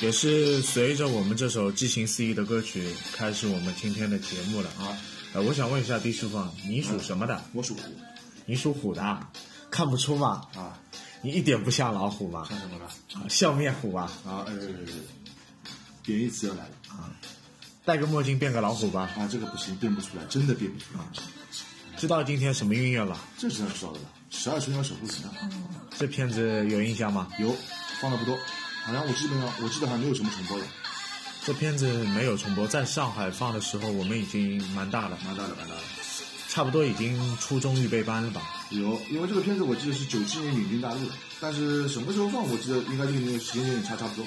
也是随着我们这首激情四溢的歌曲，开始我们今天的节目了啊。呃，我想问一下毕师傅，啊，你属什么的？我属虎你属虎的啊，看不出嘛？啊，你一点不像老虎嘛？ 看什么了？啊笑面虎吧，啊，呃，贬义词要来了啊戴个墨镜变个老虎吧。啊，这个不行，变不出来，真的变不出来，知道今天什么音乐了？这是要知道的了。十二生肖守护神啊，这片子有印象吗？有放的不多，好像我基本上我记得好像没有什么重播的，这片子没有重播，在上海放的时候我们已经蛮大了，蛮大的蛮大的。差不多已经初中预备班了吧？有，因为这个片子我记得是九七年引进大陆的，但是什么时候放我记得应该就跟那个时间有点差差不多。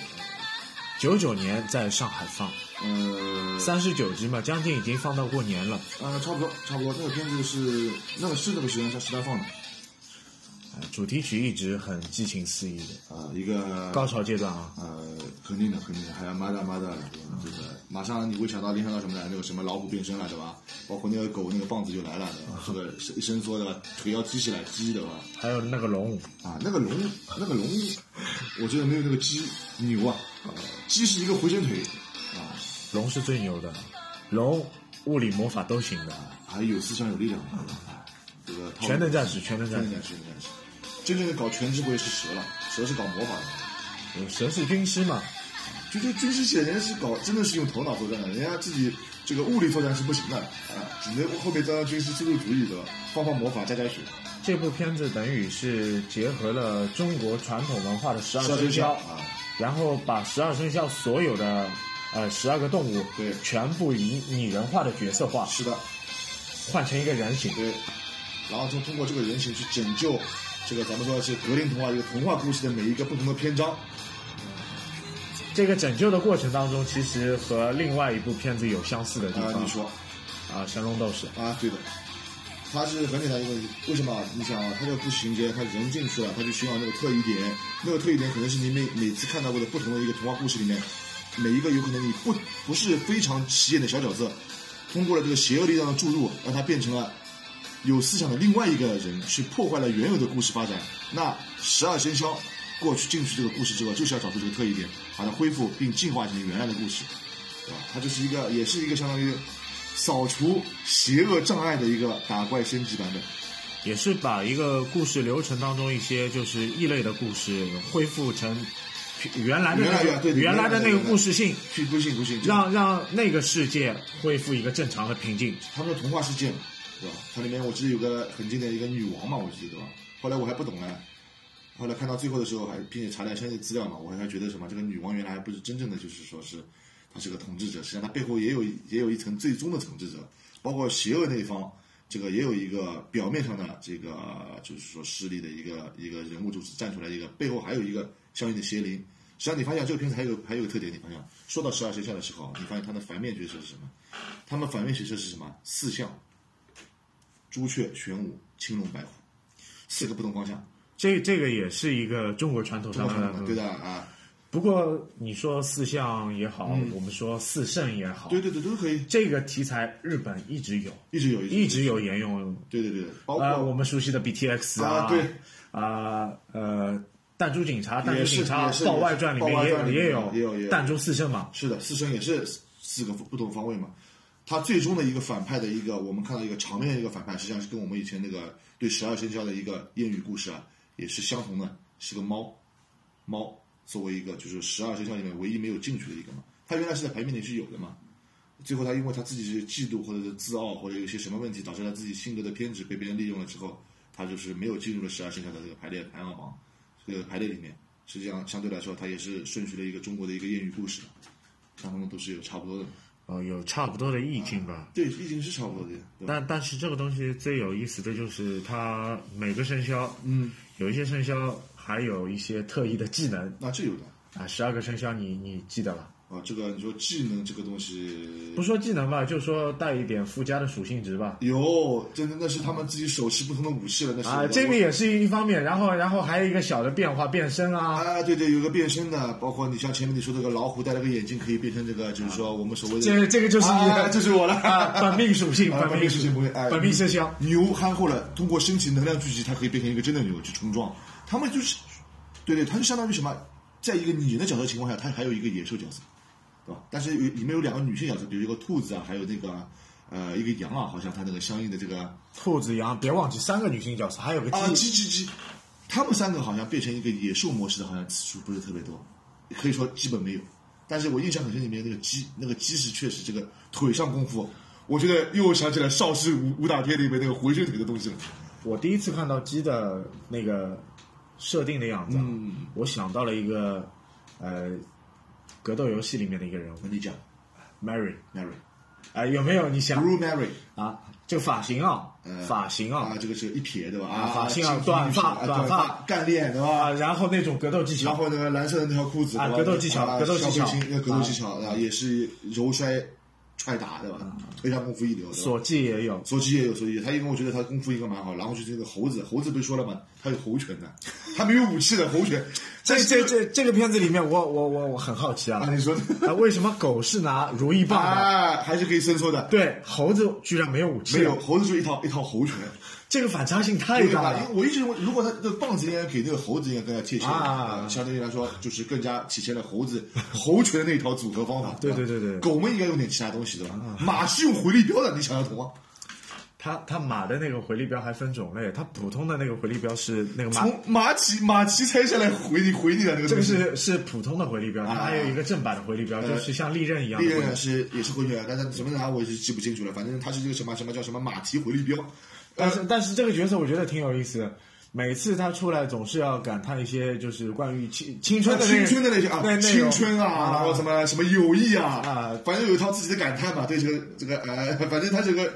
九九年在上海放，呃，三十九集嘛，将近已经放到过年了。呃，差不多差不多，那个片子是那个是那个时间下时段放的，呃主题曲一直很激情四溢的，呃，一个高潮阶段啊，呃，肯定的，肯定的，还有妈的妈的，这个马上你会想到联想到什么呢？那个什么老虎变身了，对吧？包括那个狗那个棒子就来了，对吧？这个伸伸缩的腿要踢起来，鸡对吧？还有那个龙，啊，那个龙，那个龙，我觉得没有那个鸡牛啊，鸡是一个回旋腿啊，龙是最牛的，龙物理魔法都行的，啊还有思想有力量啊，这个套路全能战士，全能全战能士战，士，全能战士，真正的搞全智慧是蛇了，蛇是搞魔法的。有神是军师嘛，就就军事显然是搞，真的是用头脑作战的，人家自己这个物理作战是不行的啊，只能后面当当军事输入主义的，放放魔法加加血，这部片子等于是结合了中国传统文化的十二十二生生肖肖，啊，然后把十二生肖所有的呃十二个动物，对全部以拟人化的角色化，啊是的，换成一个人形。对，然后就通过这个人形去拯救这个咱们说是格林童话这个童话故事的每一个不同的篇章，这个拯救的过程当中，其实和另外一部片子有相似的地啊、方你说啊，神龙斗士》啊，对的。它是很简单一个问题，为什么？你想啊，它这个故事情节，它人进去啊了，他去寻找那个特异点，那个特异点可能是你每每次看到过的不同的一个童话故事里面，每一个有可能你不不是非常起眼的小角色，通过了这个邪恶力量的注入，让它变成了有思想的另外一个人，去破坏了原有的故事发展。那十二生肖过去进去这个故事之后，就是要找出这个特异点，把它恢复并进化成原来的故事，对吧？它啊就是一个，也是一个相当于扫除邪恶障碍的一个打怪升级版本。也是把一个故事流程当中一些就是异类的故事恢复成原来的那原来的个对对原来的那原个来的故事性，去不信不信，让让那个世界恢复一个正常和平静。他们的童话世界嘛，对吧？它里面我记得有个很经典的一个女王嘛，我记得对吧？后来我还不懂呢，后来看到最后的时候还并且查了一下相关资料嘛，我还觉得什么这个女王原来还不是真正的就是说是她是个统治者，实际上她背后也有也有一层最终的统治者，包括邪恶那一方。这个也有一个表面上的这个就是说势力的一个一个人物组织站出来，一个背后还有一个相应的邪灵。实际上你发现这个片子还有还有个特点，你发现说到十二生肖的时候，你发现它的反面角色是什么？他们反面角色是什么？四象：朱雀、玄武、青龙、白虎，四个不同方向。这这个也是一个中国传统中上国传的嗯统的，对的啊，不过你说四象也好，我们说四圣也好，嗯对对对，都可以，这个题材日本一直有，一直有，一直有沿用。对对对，包呃，我括们熟悉的 BTX 啊对，啊呃，弹珠警察、弹珠也是警察也是《爆外传》里爆面外也传有里面也也有也有弹珠四圣嘛，是的，四神也是四个不同方位嘛。他最终的一个反派的一个，我们看到一个场面的一个反派，实际上是跟我们以前那个对十二生肖的一个谚语故事啊，也是相同的，是个猫，猫作为一个就是十二生肖里面唯一没有进去的一个嘛，他原来是在牌面里是有的嘛，最后他因为他自己是嫉妒或者是自傲或者有些什么问题，导致他自己性格的偏执被别人利用了之后，他就是没有进入了十二生肖的这个排列排行榜这个排列里面。实际上，相对来说，它也是顺循了一个中国的一个谚语故事，相同的都是有差不多的。呃，有差不多的意境吧。对，意境是差不多的，对吧？但但是这个东西最有意思的就是它每个生肖，嗯，有一些生肖还有一些特异的技能那这有的啊，十二个生肖你你记得吧？啊，这个你说技能这个东西不说技能吧，就说带一点附加的属性值吧。有，真的那是他们自己手持不同的武器了，那是啊，我这个也是一方面，然后然后还有一个小的变化，变身啊，啊，对对，有个变身的，包括你像前面你说这个老虎戴了个眼镜，可以变成这个，就是说我们所谓的这这个就是你啊这是我了， 啊本命属性，啊本本命命属性不会哎本命生肖。牛憨厚了，通过身体能量聚集，它可以变成一个真的牛去冲撞。他们就是，对对，它就相当于什么？在一个女人的角色情况下，它还有一个野兽角色，对吧？但是有里面有两个女性角色，比如一个兔子啊，还有那个呃一个羊啊，好像它那个相应的这个兔子羊，别忘记三个女性角色，还有个啊，鸡。鸡鸡鸡，他们三个好像变成一个野兽模式的，好像次数不是特别多，可以说基本没有。但是我印象很深，里面那个鸡，那个鸡是确实这个腿上功夫，我觉得又想起来《邵氏武武打片》里面那个回旋腿的东西了。我第一次看到鸡的那个设定的样子，嗯、我想到了一个呃格斗游戏里面的一个人物我跟你讲 Mary， ，Mary，Blue 哎、有没有你想 Mary 啊？这个发型啊，发型啊啊，这个是一撇对吧？啊，发型啊金肤短发啊短短发干练对啊，吧？然后那种格斗技呃然巧，后那个蓝色的那条裤子啊对吧格斗技巧啊格斗技巧小背心那格斗技巧啊，也是柔摔踹打对吧？嗯推上功夫一流对吧？锁技也有，手机也有手机，他因为我觉得他功夫应该蛮好，然后就是这个猴子，猴子不是说了吗？他有 猴拳的，他没有武器的猴拳。这但是这这这个片子里面我，我我我我很好奇啊啊，，你说啊为什么狗是拿如意棒的？啊，还是可以伸缩的，对，猴子居然没有武器，没有，猴子就一套一套猴拳，这个反差性太对大吧？因了。为我一直认为，如果他的棒子应该给那个猴子应该更加贴切，啊呃相对于来说就是更加体现了猴子 猴拳的那一套组合方法。啊对吧对对对啊狗们应该用点其他东西对吧？马是用回力镖的，你想得通吗？它它马的那个回力镖还分种类，它普通的那个回力镖是那个马，从马骑马骑拆下来回力回力的那个这东个西。是是普通的回力镖，它还有一个正版的回力镖，就是像利刃一样啊呃利的回力刃呃是也是回旋，但是什么啥我也是记不清楚了。反正他是这个什么什么叫什么马蹄回力镖，但是但是这个角色我觉得挺有意思的。每次他出来总是要感叹一些就是关于青青春的那青春的那些啊，对内青容春啊，然后什么什么友谊啊，啊反正有一套自己的感叹嘛，对这个这个呃，反正他这个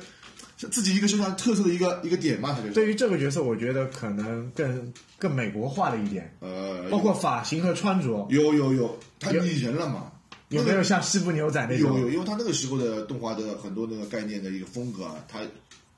是自己一个身上特色的一个一个点嘛，他就是对于这个角色，我觉得可能更更美国化了一点，呃，包括发型和穿着，有有有，他有拟人了嘛，有没有像西部牛仔那有种？有，因为他那个时候的动画的很多那个概念的一个风格，啊，他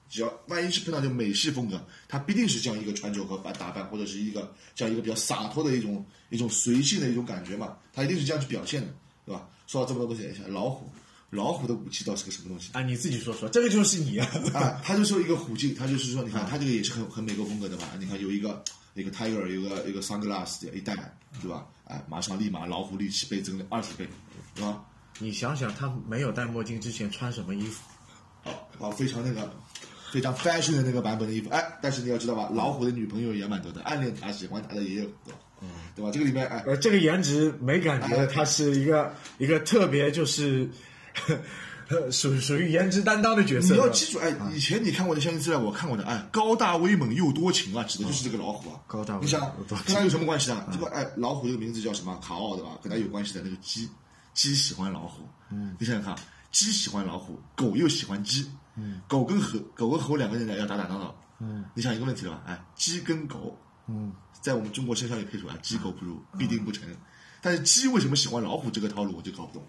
只要万一是碰到这种美式风格，他必定是这样一个穿着和打打扮，或者是一个这样一个比较洒脱的一种一种随性的一种感觉嘛，他一定是这样去表现的，对吧？说到这么多东西，像老虎，老虎的武器到底是个什么东西？啊，你自己说说，这个就是你啊。 啊，他就说一个虎镜，他就是说，你看他这个也是很很美国风格的嘛。你看有一个一个 tiger，有个有个 sunglass 一戴，对吧？哎，马上立马老虎力气倍增了二十倍，对吧？你想想，他没有戴墨镜之前穿什么衣服？哦，非常那个，非常 fashion 的那个版本的衣服。哎，但是你要知道吧，老虎的女朋友也蛮多的，暗恋他、喜欢他的也有，对吧？对吧？这个里面，哎，呃，这个颜值没感觉，哎他是一个一个特别就是呵呵属属于颜值担当的角色。你要是吧啊记住，哎，以前你看过的相亲资料，我看过的，哎，高大威猛又多情啊，指的就是这个老虎啊。高大威你想猛又多情啊跟他有什么关系呢？这个哎，老虎这个名字叫什么？卡奥对吧？跟他有关系的那个鸡，鸡喜欢老虎。嗯，你想想看，鸡喜欢老虎，狗又喜欢鸡。嗯，狗跟猴，狗跟猴两个人要打打闹闹。嗯，你想一个问题了吧？哎，鸡跟狗，嗯，在我们中国身上也可以说啊，鸡狗不如，嗯必定不成。但是鸡为什么喜欢老虎这个套路，我就搞不懂。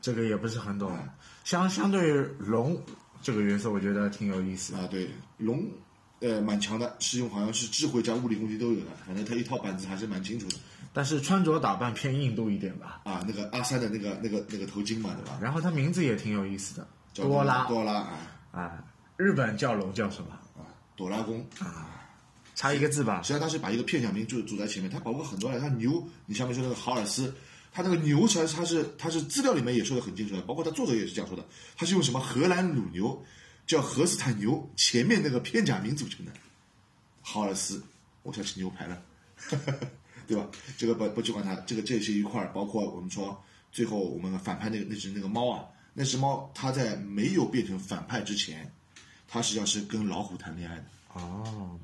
这个也不是很懂，相相对龙这个角色，我觉得挺有意思的。啊，对，龙，呃，蛮强的，是用好像是智慧加物理攻击都有的，反正他一套板子还是蛮清楚的。但是穿着打扮偏印度一点吧。啊，那个阿三的那个那个那个头巾嘛，对吧？然后他名字也挺有意思的，叫多拉多拉啊啊，日本叫龙叫什么？啊，朵拉公。差一个字吧实。际上他是把一个片假名就走在前面，他包括很多人，他牛，你上面说那个豪尔斯，他那个牛实际上他是他是资料里面也说的很清楚的，包括他作者也是这样说的，他是用什么荷兰乳牛叫荷斯坦牛前面那个片假名组成的，豪尔斯，我想吃牛排了， 对吧？这个不不去管它，这个这是一块儿，包括我们说最后我们反派那个那只那个猫啊，那只猫它在没有变成反派之前，它实际上是跟老虎谈恋爱的。哦，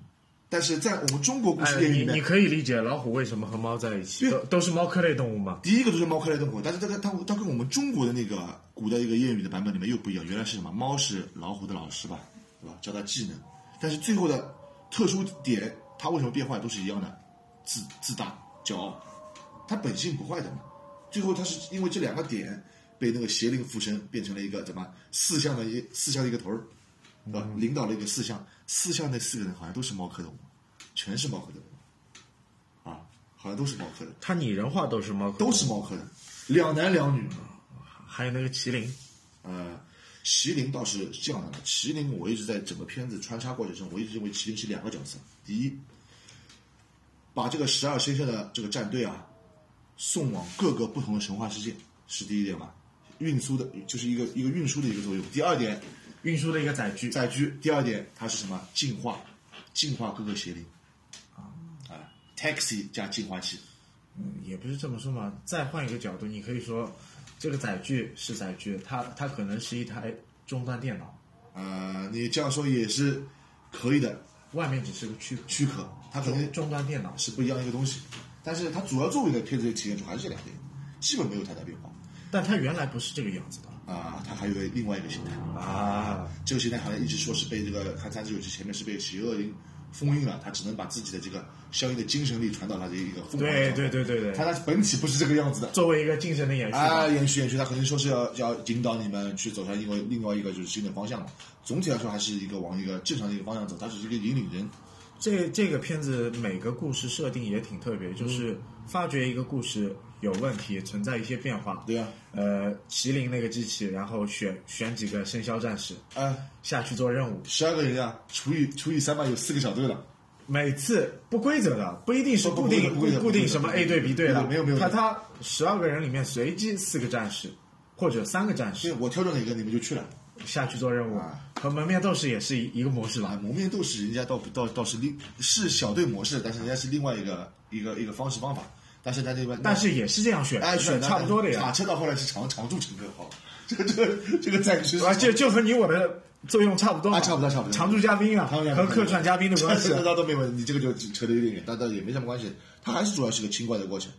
但是在我们中国故哎事，电影你里面，你可以理解老虎为什么和猫在一起，都都是猫科类动物嘛。第一个就是猫科类动物，但是这个它它跟我们中国的那个古代一个谚语的版本里面又不一样，原来是什么？猫是老虎的老师吧，对吧？教它技能，但是最后的特殊点，它为什么变坏都是一样的，自自大、骄傲，它本性不坏的嘛。最后它是因为这两个点被那个邪灵附身，变成了一个怎么四象的一四象的一个头儿，对吧？领导了一个四象，四象那四个人好像都是猫科动物，全是猫科动物，啊，好像都是猫科的。它拟人化都是猫科，都是。猫科的，两男两女。还有那个麒麟，呃，麒麟倒是这样的，麒麟我一直在整个片子穿插过程中，我一直认为麒麟是两个角色。第一，把这个十二生肖的这个战队啊，送往各个不同的神话世界，是第一点吧。运输的，就是一个一个运输的一个作用。第二点，运输的一个载具。载具。第二点，它是什么？进化，进化各个邪灵。啊、t a x i 加净化器。嗯也不是这么说嘛。再换一个角度，你可以说，这个载具是载具，它它可能是一台终端电脑，呃，你这样说也是可以的，外面只是个躯壳，躯壳，它可能终端电脑是不一样的一个东西，但是它主要作为的配置体验就还是这两点，基本没有太大变化。但它原来不是这个样子的啊、它还有一个另外一个形态，啊。这个形态好像一直说是被这个看三十九集前面是被邪恶灵封印了，它只能把自己的这个相应的精神力传到它的一个疯狂的对状态对，对对对，它它本体不是这个样子的。作为一个精神的延续吧，啊，延续延续，它肯定说是要要引导你们去走向另外另外一个就是新的方向嘛。总体来说还是一个往一个正常的一个方向走，它只是一个引领人。这这个片子每个故事设定也挺特别，就是嗯发掘一个故事有问题，存在一些变化。对呀、啊呃，麒麟那个机器，然后选选几个生肖战士啊，哎，下去做任务，十二个人啊，除以除以三百有四个小队了。每次不规则的，不一定是不固不定不规则固不规则定什么 A 队 B 队的，没有没有没有他他十二个人里面随机四个战士或者三个战所以士我挑中哪个你们就去了。下去做任务，和门面斗士也是一一个模式啊，吧。蒙面斗士人家倒不倒倒是另是小队模式，但是人家是另外一个一个一个方式方法。但是他这边但是也是这样选，哎选的差不多的卡呀，车到后来是常常驻乘客号，这个这个这个战区啊，就就和你我的作用差不多嘛，啊差不多差不多常驻嘉宾啊，常驻嘉宾和客串嘉宾 的关系啊那倒都没问题，你这个就扯得有点远，但倒也没什么关系。它还是主要是个清怪的过程。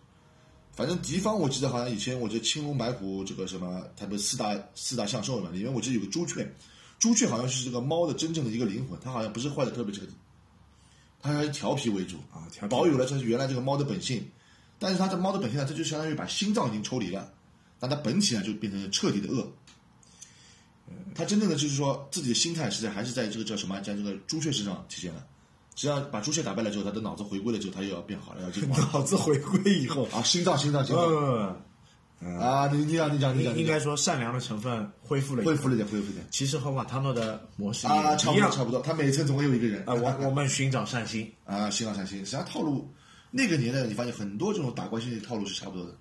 反正敌方我记得好像以前我记得青龙白虎这个什么，它不是四大四大象兽嘛，里面我记得有个朱雀，朱雀好像是这个猫的真正的一个灵魂，它好像不是坏的特别彻底，它还是调皮为主啊调皮保有了它原来这个猫的本性，但是它这猫的本性呢，它就相当于把心脏已经抽离了，但它本体呢就变成了彻底的恶。呃它真正的就是说自己的心态是在还是在这个叫什么，在这个朱雀身上体现的。只要把朱雀打败了之后，他的脑子回归了之后，他又要变好了，要进化了 脑子回归以后， 啊，心脏，心脏，心脏 嗯，啊！你你讲，你讲，你应讲，应你讲该说善良的成分恢复了，恢复了一。点，恢复一点其实和瓦塔诺的模式也啊，差一不多，样差不多。他每层总会有一个人啊，我我们寻找善心，啊，心脏，善心，实际上套路，那个年代你发现很多这种打怪心的套路是差不多的。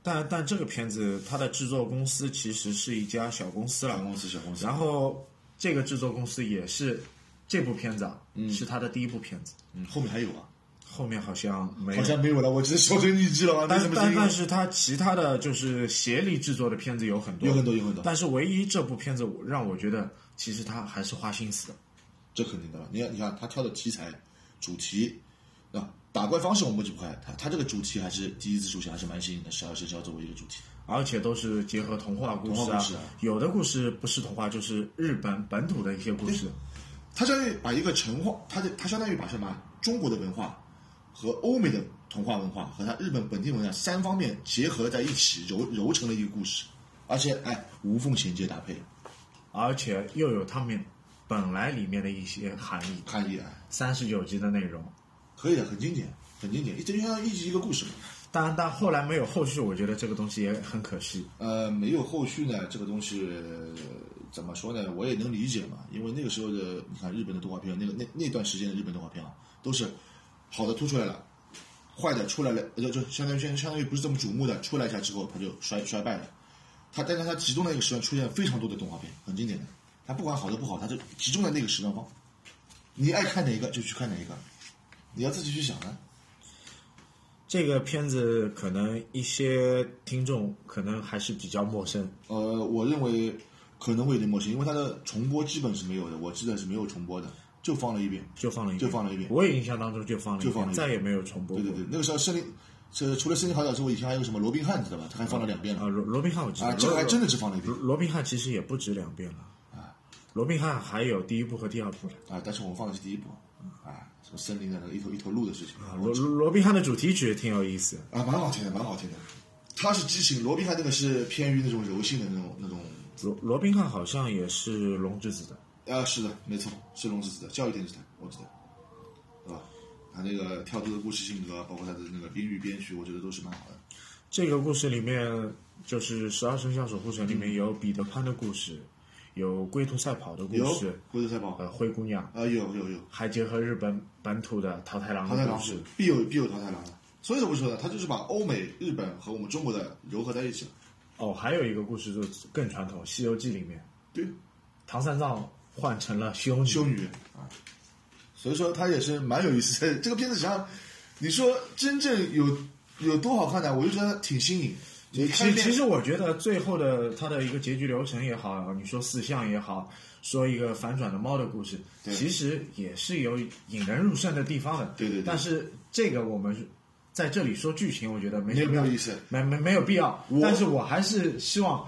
但但这个片子它的制作公司其实是一家小公司大了，公司，小公司，然后这个制作公司也是这部片子啊，是他的第一部片子，嗯，后面还有啊，后面好像没好有。像没有了，我只是销声匿迹了啊，没什但么但新但意。是他其他的就是协力制作的片子有很多，有很多，有很多，但是唯一这部片子我让我觉得其实他还是花心思的。这肯定的了。你看，你看他挑的题材、主题，啊，打怪方式我们就不看，他他这个主题还是第一次出现，还是蛮新颖的，十二生肖作为一个主题。而且都是结合童话故事童话啊故事啊，有的故事不是童话，就是日本本土的一些故事。它相当于把一个神话，它就它相当于把什么中国的文化和欧美的童话文化和它日本本地文化三方面结合在一起揉揉成了一个故事，而且哎无缝衔接搭配，而且又有他们本来里面的一些含义，看一眼哎三十九集的内容。可以的，很经典，很经典，这就相当于一集一个故事嘛。当然，但后来没有后续，我觉得这个东西也很可惜。呃，没有后续呢，这个东西呃怎么说呢？我也能理解嘛，因为那个时候的，你看日本的动画片，那个那那段时间的日本动画片啊，都是好的突出来了，坏的出来了，呃就就相当于相相当于不是这么瞩目的，出来一下之后，它就衰衰败了。它但是它集中在那个时段出现非常多的动画片，很经典的。它不管好的不好，它就集中在那个时段放，你爱看哪个就去看哪一个，你要自己去想啊。这个片子可能一些听众可能还是比较陌生，呃，我认为可能会有点陌生，因为它的重播基本是没有的，我记得是没有重播的，就放了一遍。就放了一遍就放了一遍我也印象当中就放了一就放了一遍再也没有重播对过。对对，那个时候森林，这除了森林好角之外，以前还有什么罗宾汉，知道吧？他还放了两遍了。啊，罗罗宾汉我知道，啊，这个还罗真的啊只放了一遍罗罗宾汉其实也不止两遍了。罗宾汉还有第一部和第二部了。啊，但是我们放的是第一部啊，什么森林的那个一头一头鹿的事情啊罗罗罗宾汉的主题曲也挺有意思，啊，蛮好听的，蛮好听的。他是激情，罗宾汉那个是偏于那种柔性的那种那种，罗罗宾汉好像也是龙之子的。啊，是的，没错，是龙之子的教育电视台，我知道，对吧？他那个跳脱的故事性格，啊包括他的那个音乐编曲，我觉得都是蛮好的。这个故事里面，就是《十二生肖守护神》里面有彼得潘的故事，有龟兔赛跑的故有事，龟兔赛跑，呃，灰姑娘，啊，有有有，还结合日本本土的桃太郎淘汰的狼故事。必有必有淘汰狼的，所以我说呢，他就是把欧美、日本和我们中国的糅合在一起了。哦，还有一个故事就是更传统，《西游记》里面对，唐三藏换成了修女，修女啊，所以说它也是蛮有意思的。这个片子实际上，你说真正有有多好看呢？我就觉得挺新颖。其你看其遍实我觉得最后的它的一个结局流程也好，你说四项也好，说一个反转的猫的故事，对其实也是有引人入胜的地方的。对对对但是这个我们在这里说剧情，我觉得没没什有么没有意思，没没没有必要我。但是我还是希望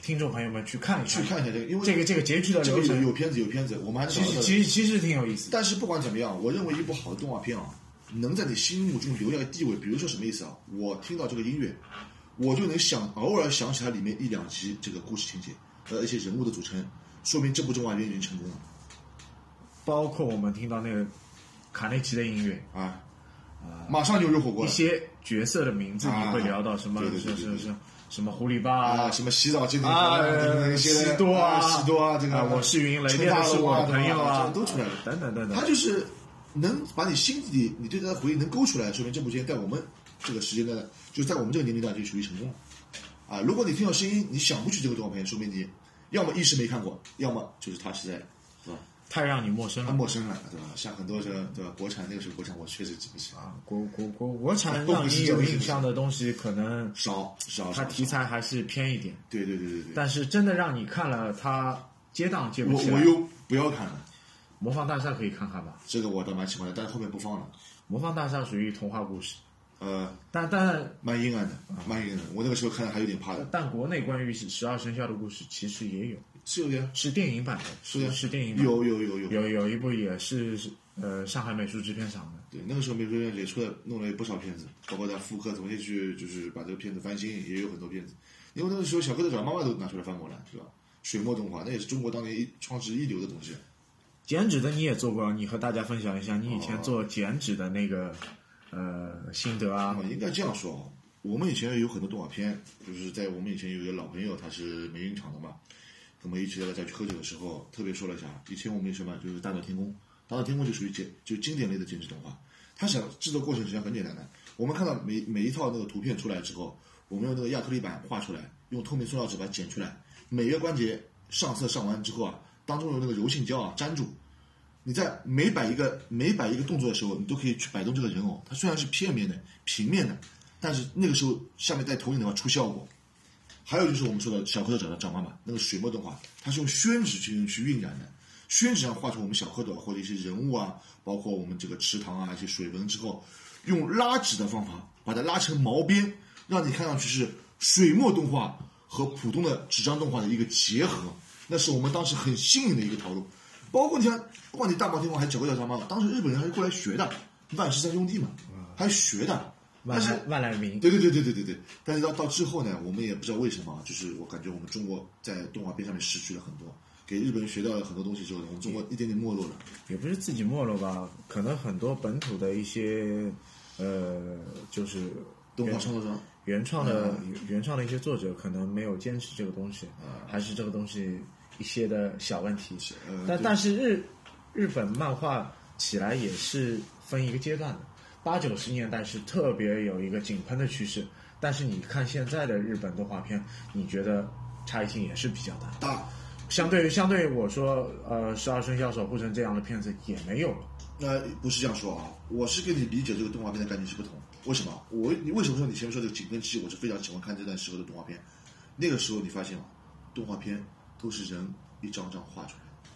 听众朋友们去看一去看看一下这个，因为这个这个结局的这流个有程，有片子有片子，我们还是其实其实其实挺有意思的。但是不管怎么样，我认为一部好的动画片啊，能在你心目中留下个地位。比如说什么意思啊？我听到这个音乐，我就能想偶尔想起它里面一两集这个故事情节呃和一些人物的组成，说明这部动画片已经成功了包括我们听到那个卡内奇的音乐，啊！马上牛油火锅一了些角色的名字你会啊聊到什么对对对什对么对什么什么狐狸吧啊，什么洗澡精灵啊一些喜多啊啊，喜多啊，这个啊我是云雷陈电大的是龙我啊的朋友啊这个都出来了。等等等他等，就是能把你心底里你对他的回忆能勾出来，说明这部片在我们这个时间段，就是在我们这个年龄段就属于成功了。啊，如果你听到声音，你想不起这个动画片，说明你要么一时没看过，要么就是他实在是吧太让你陌生太了陌生了，对吧？像很多这个对吧，国产那个时候国产我确实记不起啊，啊！国国国国产都让不是你这有个意印思象的东西，可能少少它少题少材还是偏一点，对对对对对，但是真的让你看了它接档接不我起我来。又不要看了，模仿大厦可以看看吧，这个我倒蛮喜欢的，但是后面不放了，模仿大厦属于童话故事，呃，但但蛮阴暗的，蛮阴暗的。我那个时候看还有点怕的，但国内关于十二生肖的故事其实也有，是有点，是电影版的，是是是电影版的，有有有有啊有有一部也是呃上海美术制片厂的。对，那个时候美术院也出了弄了不少片子，包括在复刻重新去就是把这个片子翻新，也有很多片子。因为那个时候小蝌蚪找妈妈都拿出来翻过来，对吧？水墨动画那也是中国当年一创世一流的东西。啊剪纸的你也做过，你和大家分享一下你以哦前做剪纸的那个、呃心得啊啊，。应该这样说啊，我们以前有很多动画片，就是在我们以前有一个老朋友，他是美影厂的嘛，我们一起在家去喝酒的时候，特别说了一下，以前我们有什么就是大闹天宫，大闹天宫就属于剪就经典类的剪纸动画，它想制作过程实际上很简单的，我们看到每每一套那个图片出来之后，我们用那个亚克力板画出来，用透明塑料纸把它剪出来，每个关节上色上完之后啊，当中有那个柔性胶啊粘住，你在每摆一个每摆一个动作的时候，你都可以去摆动这个人偶。它虽然是片面的、平面的，但是那个时候下面带投影的话出效果。还有就是我们说的小蝌蚪找到找妈妈那个水墨动画，它是用宣纸去去晕染的，宣纸上画出我们小蝌蚪或者一些人物啊，包括我们这个池塘啊一些水纹之后，用拉纸的方法把它拉成毛边，让你看上去是水墨动画和普通的纸张动画的一个结合，那是我们当时很新颖的一个套路。包括你像，不管你大闹天宫还是小蝌蚪找妈妈，当时日本人还是过来学的，万氏三兄弟嘛，还学的。但万是来万来明，对对对对对对对。但是到到之后呢，我们也不知道为什么啊，就是我感觉我们中国在动画片上面失去了很多，给日本人学到了很多东西之后呢，我们中国一点点没落了。也不是自己没落吧，可能很多本土的一些呃就是动画原创作者原创的、原创的一些作者可能没有坚持这个东西，还是这个东西一些的小问题。呃但对但是日日本漫画起来也是分一个阶段的，八九十年代是特别有一个井喷的趋势，但是你看现在的日本动画片，你觉得差异性也是比较大的。大，相对于相对于我说，呃，十二生肖守护神这样的片子也没有了。那、不是这样说啊，我是跟你理解这个动画片的概念是不同。为什么？我你为什么说你前面说这个紧跟期？我是非常喜欢看这段时候的动画片。那个时候你发现吗？动画片都是人一张张画出来的，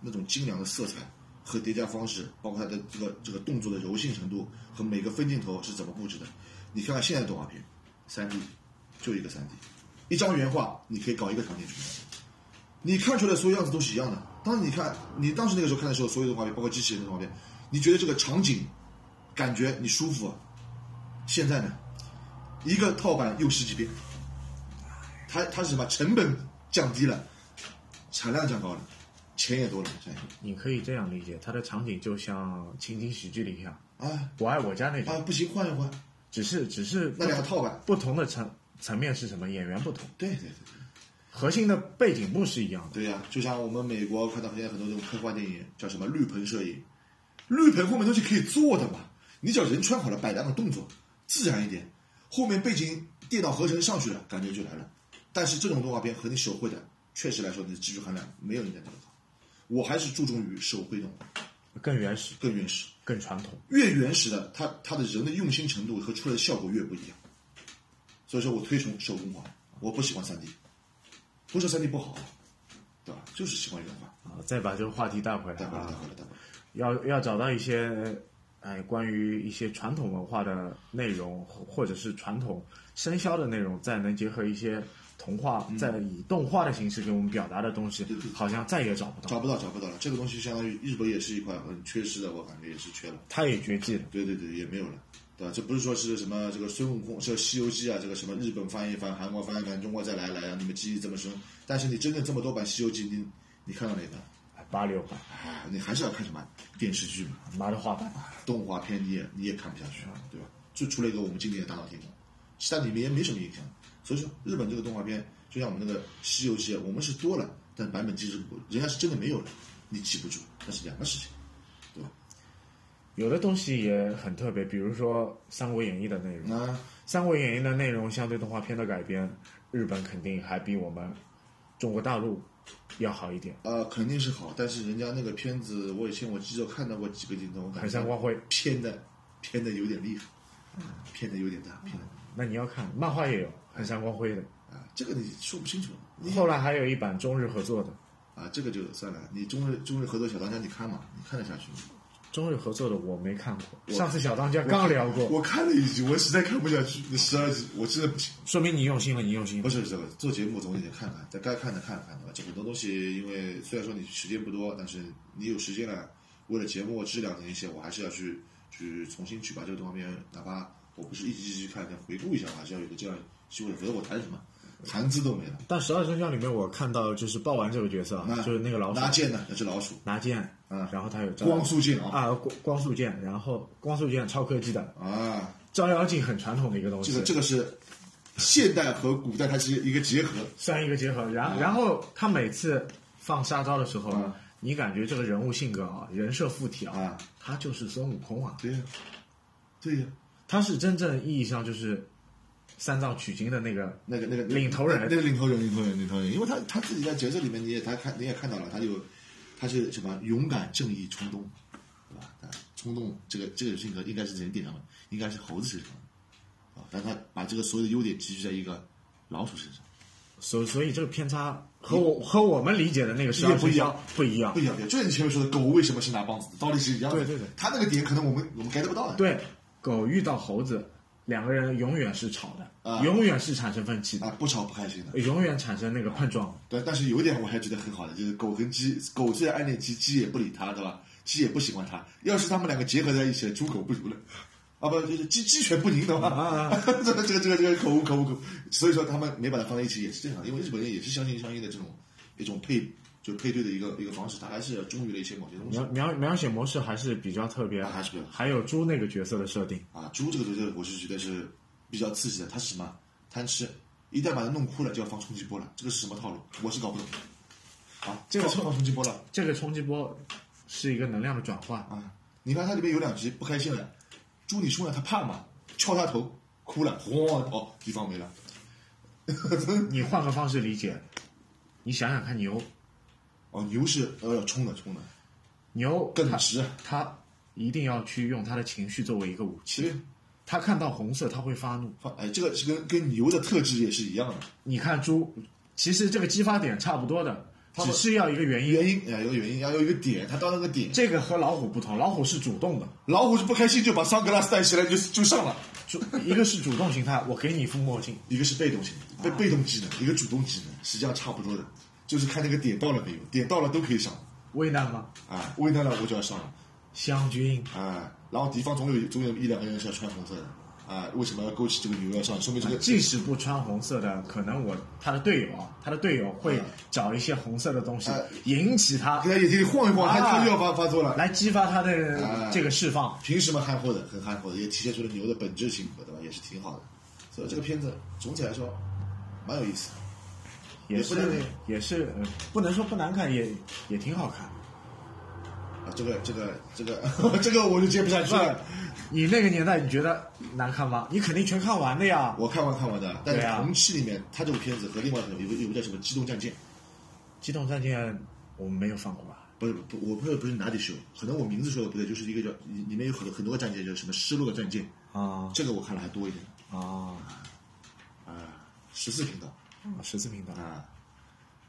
那种精良的色彩和叠加方式，包括它的这个这个动作的柔性程度和每个分镜头是怎么布置的。你看看现在动画片，三 D 就一个三 D，一张原画你可以搞一个场景出来。你看出来所有样子都是一样的。当你看你当时那个时候看的时候，所有的画面，包括机器人的画面，你觉得这个场景感觉你舒服、啊。现在呢，一个套版又十几遍，它它是什么？成本降低了，产量降高了，钱也多了，现在你可以这样理解，它的场景就像情景喜剧里一样，啊我爱我家那种，啊不行，换一换，只是只是那两个套版，不同的层层面是什么，演员不同，对对对。核心的背景幕是一样的。对呀、就像我们美国看到现在很多这种科幻电影，叫什么绿棚摄影，绿棚后面东西可以做的嘛，你只要人穿好了，摆两个动作，自然一点。后面背景电脑合成上去了，感觉就来了。但是这种动画片和你手绘的，确实来说，你的技术含量没有人家那个高。我还是注重于手绘动画更原始、更原始，更传统。越原始的，它它的人的用心程度和出来的效果越不一样。所以说我推崇手工画，我不喜欢三 D，不是三 D 不好，啊对吧？就是喜欢原画。啊，再把这个话题带回来待会儿，待啊，会儿，待会儿。要要找到一些，哎，关于一些传统文化的内容，或或者是传统生肖的内容，再能结合一些童话，嗯再以动画的形式给我们表达的东西，好像再也找不到，找不到，找不到了。这个东西相当于日本也是一块很缺失的，我感觉也是缺了。它也绝迹了。对对对，也没有了，对吧？这不是说是什么这个孙悟空，这个《西游记》啊，这个什么日本翻一翻，韩国翻一翻，中国再来来啊，你们记忆这么深，但是你真正这么多版《西游记》，你你看到哪版？哎八六版，啊，你还是要看什么电视剧嘛，妈的画板，啊动画片你也你也看不下去，嗯对吧？就除了一个我们经典的大闹天宫，其他里面也没什么影响。所以说，日本这个动画片，就像我们那个《西游记》，我们是多了，但版本其实不人家是真的没有了，你记不住，那是两个事情。有的东西也很特别，比如说《三国演义》的内容，《那三国演义》的内容相对动画片的改编，日本肯定还比我们中国大陆要好一点，呃，肯定是好，但是人家那个片子，我以前我记得看到过几个镜头，我感很像觉光辉。偏的偏的有点厉害，偏的有点大，偏的那你要看漫画也有很像光辉的，啊，这个你说不清楚。你后来还有一版中日合作的，啊，这个就算了，你中日中日合作小当家，你看嘛，你看得下去吗？中日合作的我没看过，上次小当家刚聊过，我看了一集，我实在看不下去，那十二集我真的不行。说明你用心了，你用心不了。是这个，做节目总得看看，在该看的看看，对吧？这很多东西，因为虽然说你时间不多，但是你有时间了，为了节目质量等一些，我还是要去去重新去把这个动画片，哪怕我不是一集一集看，但回顾一下，我还是要有个这样机会，否则我谈什么？谈资都没了。但十二生肖里面我看到就是豹丸这个角色啊，就是那个老拿鼠剑呢，那只老鼠，拿剑，嗯然后他有招光速剑啊啊光光速剑，然后光速剑超科技的啊，照妖镜很传统的一个东这西，个这个是现代和古代它是一个结合，算一个结合。然然后他每次放杀招的时候嗯，你感觉这个人物性格啊，人设附体啊嗯，他就是孙悟空啊，对呀、对呀、他是真正意义上就是三藏取经的那个那个那个领头人那个领头人，领头人，领头人，因为他他自己在角色里面，你也他看你也看到了，他有他是什么勇敢、正义、冲动，对吧？他冲动这个这个性格应该是人点上的，应该是猴子身上的啊，但他把这个所有的优点集聚在一个老鼠身上，所所以这个偏差和我和我们理解的那个十也二不生一肖样不一样不。一样的，就是你前面说的狗为什么是拿棒子的，道理是一样的。对对对，他那个点可能我们我们 get 不到的。对，狗遇到猴子，两个人永远是吵的，啊永远是产生分歧的，啊，不吵不开心的。永远产生那个碰撞。对，但是有一点我还觉得很好的，就是狗跟鸡，狗虽然爱恋鸡，鸡也不理它，对吧？鸡也不喜欢它。要是他们两个结合在一起，猪狗不如了。啊，不，就是鸡鸡犬不宁的嘛。 这个这个这个这个口误口误口误。所以说他们没把它放在一起也是正常的，因为日本人也是相亲相爱的这种一种配，就配对的一个一个方式，他还是忠于了一些某些东西描描描写模式还是比较特别，啊还是比较还有猪那个角色的设定，啊。猪这个东西我是觉得是比较刺激的，它是什么？贪吃，一旦把它弄哭了就要放冲击波了，这个是什么套路？我是搞不懂。啊，这个放放冲击波了。这个冲击波是一个能量的转换，啊，你看它里面有两集不开心了，猪你输了，他怕嘛，敲他头，哭了，哗哦，地方没了，你换个方式理解，你想想看牛，哦，牛是呃要冲的冲的，牛耿它直，啊它一定要去用它的情绪作为一个武其器实，它看到红色它会发怒，放哎，这个是跟跟牛的特质也是一样的，你看猪，其实这个激发点差不多的，他只们是要一个原因。原因哎有个原因，要有一个点，它到那个点，这个和老虎不同，老虎是主动的，老虎是不开心就把桑格拉斯戴起来就就上了，主一个是主动形态，我 给你副墨镜，一个是被动型，被被动技能，一个主动技能，实际上差不多的，就是看那个点到了没有，点到了都可以上，为难吗？啊，为难了我就要上了。湘军，啊，然后敌方总有总有一两个人是要穿红色的啊，为什么要勾起这个牛要上？说明这个即使不穿红色的，可能我他的队友啊，他的队友会找一些红色的东西哎引起他，给他眼睛晃一晃，他啊他又要发发作了。来激发啊他的哎这个释放。凭什么憨厚的？很憨厚的，也体现出了牛的本质性格，对吧？也是挺好的。所以这个片子总体来说蛮有意思的。也也不是能也是、呃，不能说不难看，也也挺好看。啊，这个这个这个 这个我就接不下去了。你那个年代你觉得难看吗？你肯定全看完了呀。我看完看完的，但对啊是同期里面，他这个片子和另外一部有一部有一部叫什么《机动战舰》，机动战舰我们没有放过吧？不是不，我不是不是哪里修，可能我名字说的不对，就是一个叫里里面有很多很多个战舰，叫什么失落的战舰，啊这个我看了还多一点啊，啊，十四频道十四频道啊，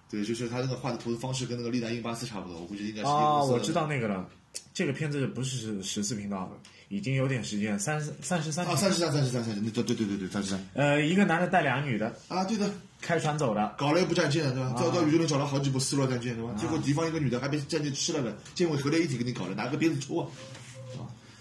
对，就是他那个画的图的方式跟那个《历代英巴斯》差不多，我估计应该是一个啊，公司的我知道那个了。这个片子不是十四频道的，已经有点时间，三十三哦十三啊，。三十三三十三三十，对对对对对三十三呃，一个男的带俩女的，啊，对的，开船走的。搞了一部战舰，对吧？哦到到宇宙里找了好几部失落战舰，对吧？结果敌方一个女的还被战舰吃了的，舰尾合在一起给你搞了，拿个鞭子抽啊！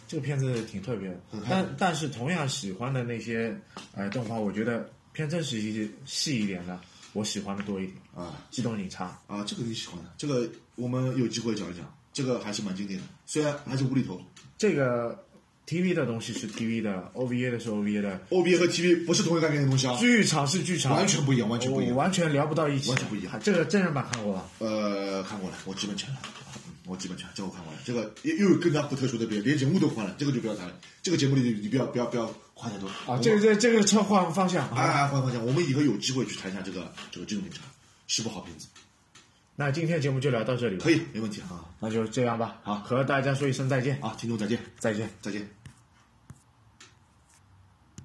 这个片子挺特别的，嗯但但是同样喜欢的那些呃动画，我觉得偏正式一些细一点的，我喜欢的多一点。啊机动警察啊，这个你喜欢的，这个我们有机会讲一讲，这个还是蛮经典的，虽然还是无厘头。这个 TV 的东西是 TV 的，OVA 的是 OVA 的， OBA 和 TV 不是同一个概念的东西啊，剧场是剧场，完全不一样，完全不一我样。完全聊不到一起，完全不一样。这个真人版看过吧？呃，看过了，我基本全了，嗯我基本全，这个我看过了。这个又又有更加不特殊的别，连人物都换了，这个就不要谈了。这个节目里你不要不要不要夸太多啊，这个这个这个车换方向哎啊。哎，换方向，我们以后有机会去谈一下这个这个这种警察是部好片子，那今天节目就聊到这里吧可，以，没问题啊。那就这样吧。好和大家说一声再见，啊，听众再见，再见。再见。